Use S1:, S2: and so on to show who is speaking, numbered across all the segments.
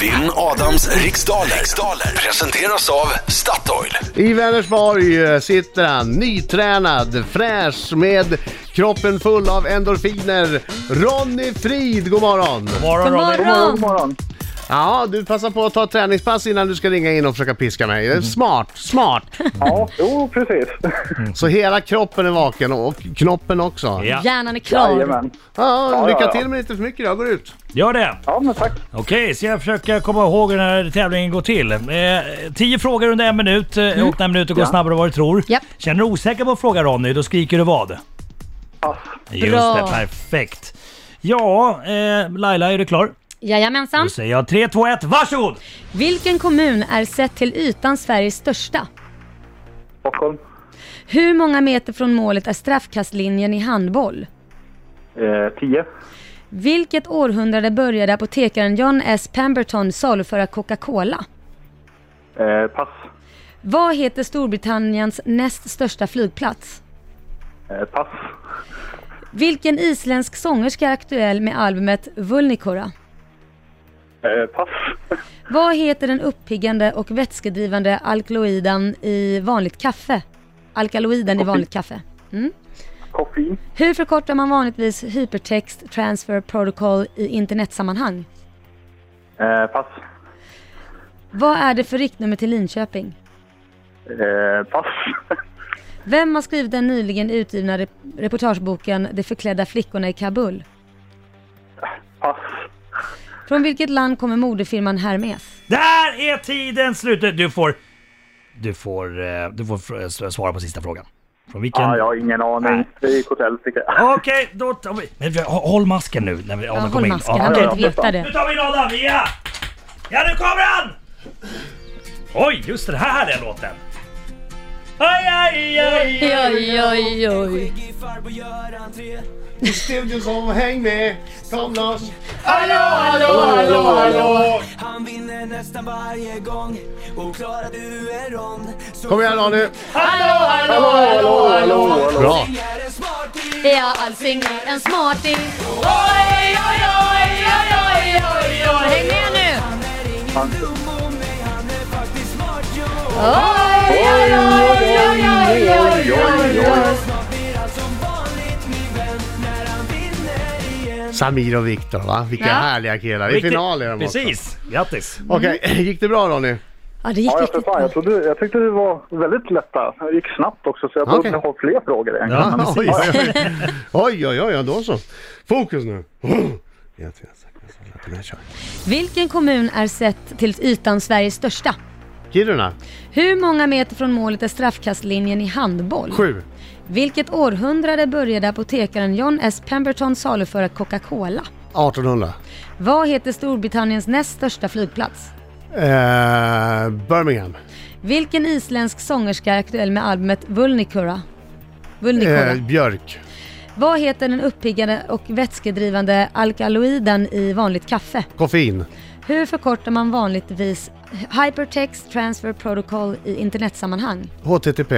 S1: Vinn Adams riksdaler. riksdaler presenteras av Statoil.
S2: I Vänersborg eh, sitter han nytränad, fräsch med kroppen full av endorfiner. Ronny Frid, god morgon!
S3: God morgon!
S4: morgon.
S2: Ja, du passar på att ta ett träningspass innan du ska ringa in och försöka piska mig. Eh, Smart, smart!
S4: Ja, jo, precis.
S2: Så hela kroppen är vaken och och knoppen också.
S3: Ja,
S5: Hjärnan är klar.
S4: Jajamän.
S2: Ja,
S4: ja,
S2: lycka
S4: ja.
S2: till men inte för mycket, jag går ut.
S3: gör det.
S4: Ja, men tack.
S3: Okej, så jag försöker komma ihåg hur den här tävlingen går till. Eh, tio frågor under en minut eh,
S5: Mm.
S3: och när minuten går snabbare än vad du tror.
S5: Japp.
S3: Känner du osäker på en fråga Ronny, då skriker du vad?
S4: Pass.
S3: Just
S5: Bra.
S3: det, perfekt. Ja, eh, Laila är du klar?
S5: Jajamensan.
S3: Då säger jag 3, 2, 1, varsågod!
S5: Vilken kommun är sett till ytan Sveriges största?
S4: Stockholm.
S5: Hur många meter från målet är straffkastlinjen i handboll?
S4: Eh, 10.
S5: Vilket århundrade började apotekaren John S. Pemberton saluföra Coca-Cola?
S4: Eh, pass.
S5: Vad heter Storbritanniens näst största flygplats?
S4: Eh, pass.
S5: Vilken isländsk sångerska är aktuell med albumet Vulnikora?
S4: Eh, pass.
S5: Vad heter den uppiggande och vätskedrivande alkaloidan i vanligt kaffe? Alkaloiden i vanligt kaffe. Mm.
S4: Koffein.
S5: Hur förkortar man vanligtvis Hypertext Transfer Protocol i internetsammanhang?
S4: Eh, pass.
S5: Vad är det för riktnummer till Linköping?
S4: Eh, pass.
S5: Vem har skrivit den nyligen utgivna rep- reportageboken De förklädda flickorna i Kabul?
S4: Pass.
S5: Från vilket land kommer modefirman Hermes?
S3: Där är tiden slut! Du får... Du får, eh, du får fr- s- svara på sista frågan. Från vilken?
S4: Ah, jag har ingen aning.
S3: Nej.
S4: Det gick hotell, tycker jag.
S3: Okej, då tar vi... Men vi- hå- håll masken nu när vi, ja,
S5: Ja,
S3: kommer
S5: håll
S3: in.
S5: masken,
S3: Ja,
S5: han
S3: okej.
S5: kan inte veta det.
S3: Nu tar vi in Adam! Ja! Ja, nu kommer han! Oj, just det, här är låten. Aj, aj, aj, aj.
S5: Oj, oj, oj.
S2: I studion som häng med, kom loss!
S6: Han vinner nästan varje gång och klarar du en rond så
S2: Kom igen Ronny! Bra!
S6: är en smartis
S5: Är jag allsing är en smarting? Häng med nu!
S6: dum och mig, han är faktiskt smart jo Snart blir allt som vanligt min vän när han vinner igen
S2: Samir och Viktor va? Vilka
S5: Ja.
S2: härliga killar. I final är de också.
S3: Precis, grattis.
S2: Okej, gick det bra Ronny?
S5: Ja, det gick
S4: Ja, jag, för
S5: riktigt
S4: fan,
S5: bra.
S4: jag, trodde, jag tyckte det var väldigt lätta. Det gick snabbt också, så jag borde
S2: Okej.
S4: ha fler frågor egentligen.
S3: Ja,
S4: Men-
S3: precis.
S2: Oj, oj, oj. oj, oj, oj, då så. Fokus nu. Jag tror jag sagt det så lätt, men jag kör.
S5: Vilken kommun är sett till ytan Sveriges största?
S2: Kiruna,
S5: Hur många meter från målet är straffkastlinjen i handboll?
S2: sju.
S5: Vilket århundrade började apotekaren John S. Pemberton saluföra Coca-Cola?
S2: 1800.
S5: Vad heter Storbritanniens näst största flygplats?
S2: Eh, Birmingham.
S5: Vilken isländsk sångerska är aktuell med albumet Vulnikura? Vulnikura.
S2: Eh, Björk.
S5: Vad heter den uppiggande och vätskedrivande alkaloiden i vanligt kaffe?
S2: Koffein.
S5: Hur förkortar man vanligtvis Hypertext Transfer Protocol i internetsammanhang?
S2: HTTP.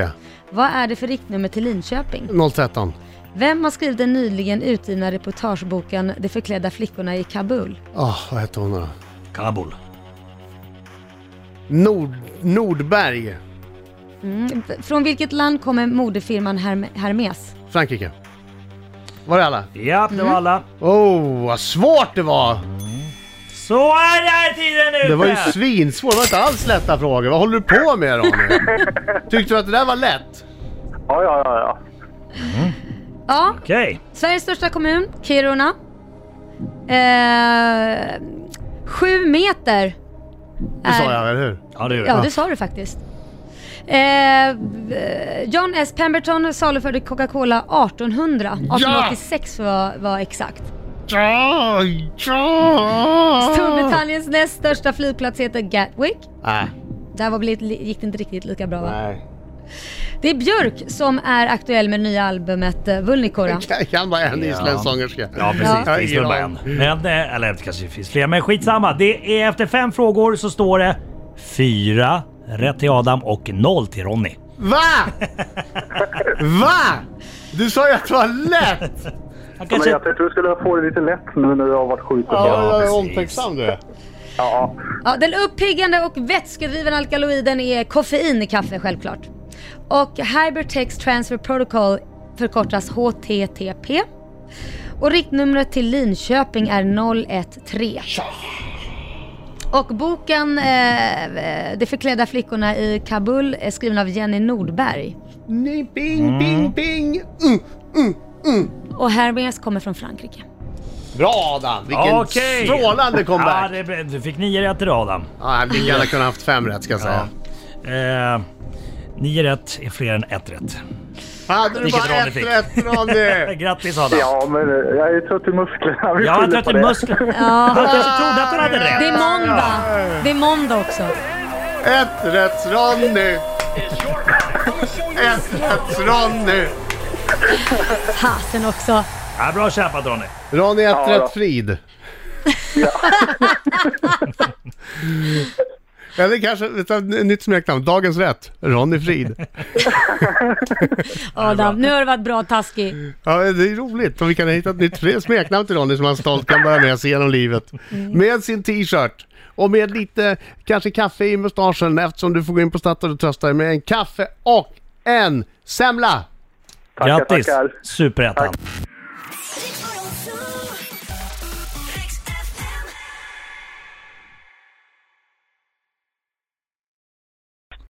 S5: Vad är det för riktnummer till Linköping?
S2: 013.
S5: Vem har skrivit den nyligen utgivna reportageboken De förklädda flickorna i Kabul?
S2: Åh, Ah, vad hette hon då?
S3: Kabul.
S2: Nord, Nordberg.
S5: Mm. Från vilket land kommer modefirman Herm- Hermes?
S2: Frankrike. Var det alla?
S3: Ja, det var alla.
S2: Oh, vad svårt det var!
S3: Så är det här tiden ute!
S2: Det var ju svinsvårt, det var inte alls lätta frågor. Vad håller du på med Ronny? Tyckte du att det där var lätt?
S4: Ja, ja, ja. ja.
S5: Ja,
S3: Okej.
S5: Sveriges största kommun, Kiruna. Eh, sju meter.
S2: Det sa
S5: är-
S2: jag, eller hur?
S3: Ja, det gör
S5: Ja,
S3: det.
S5: det sa du faktiskt. Eh, v- John S. Pemberton saluförde Coca-Cola 1800. 1886 för att vara- vara exakt.
S2: Ja, ja!
S5: Storbritanniens näst största flygplats heter Gatwick.
S2: Nej,
S5: Där var väl lite- gick det inte riktigt lika bra va?
S2: nej.
S5: Det är Björk som är aktuell med nya albumet eh, Vulnikora.
S2: Jag kan bara en isländsk sångerska.
S3: Ja precis,
S2: Jag har
S3: det finns väl
S2: ingen
S3: bara en.
S2: aning.
S3: Men, eh, eller det kanske finns fler, men skitsamma. Det är efter fem frågor så står det fyra rätt till Adam och noll till Ronny.
S2: Va? Va? Du sa ju att det var lätt!
S3: Han
S4: Men
S3: kanske...
S4: jag tänkte du skulle få det lite lätt nu när du har varit skjuten.
S2: Ja, jag är
S3: precis.
S2: omtänksam du.
S4: Ja,
S5: Ja, den uppiggande och vätskedrivande alkaloiden är koffein i kaffe självklart. Och Hypertext Transfer Protocol förkortas HTTP. Och riktnumret till Linköping är 013. Och boken eh, De förklädda flickorna i Kabul är skriven av Jenny Nordberg.
S2: Nej, Ping, ping, ping! Mm.
S5: Och Hermes kommer från Frankrike.
S2: Bra Dan! Vilken
S3: Okej.
S2: strålande
S3: Ja,
S2: comeback!
S3: det, blev- du fick nio rätt idag Adam.
S2: Ja, jag hade gärna kunnat haft fem rätt ska jag säga.
S3: Eh, nio rätt är fler än ett rätt.
S2: Hade du
S3: Vilket
S2: bara
S3: Ronny
S2: ett
S3: fick.
S2: rätt Ronny!
S3: Grattis Adam!
S4: ja men eh, jag är trött i musklerna. Vi
S3: Jag har
S4: skyller
S3: trött
S4: på
S3: i
S4: det.
S3: musklerna.
S5: Ja.
S3: Han kanske trodde att han hade
S5: Det är
S3: rätt.
S5: måndag. Det är måndag också.
S2: Ett rätt Ronny! Ett rätt Ronny!
S5: Hasen också.
S3: Ja, bra kämpat Ronny.
S2: Ronny ett
S4: Ja, då.
S2: rätt Frid. Eller kanske ett nytt smeknamn, Dagens Rätt, Ronny Frid.
S5: Adam, nu har du varit bra taskig.
S2: Ja, det är roligt om vi kan hitta ett nytt fre- smeknamn till Ronny som han stolt kan bära med sig genom livet. Med sin t-shirt och med lite kanske kaffe i mustaschen eftersom du får gå in på Statoil och trösta dig med en kaffe och en semla!
S4: Tackar,
S3: Grattis!
S4: tackar.
S3: Superettan.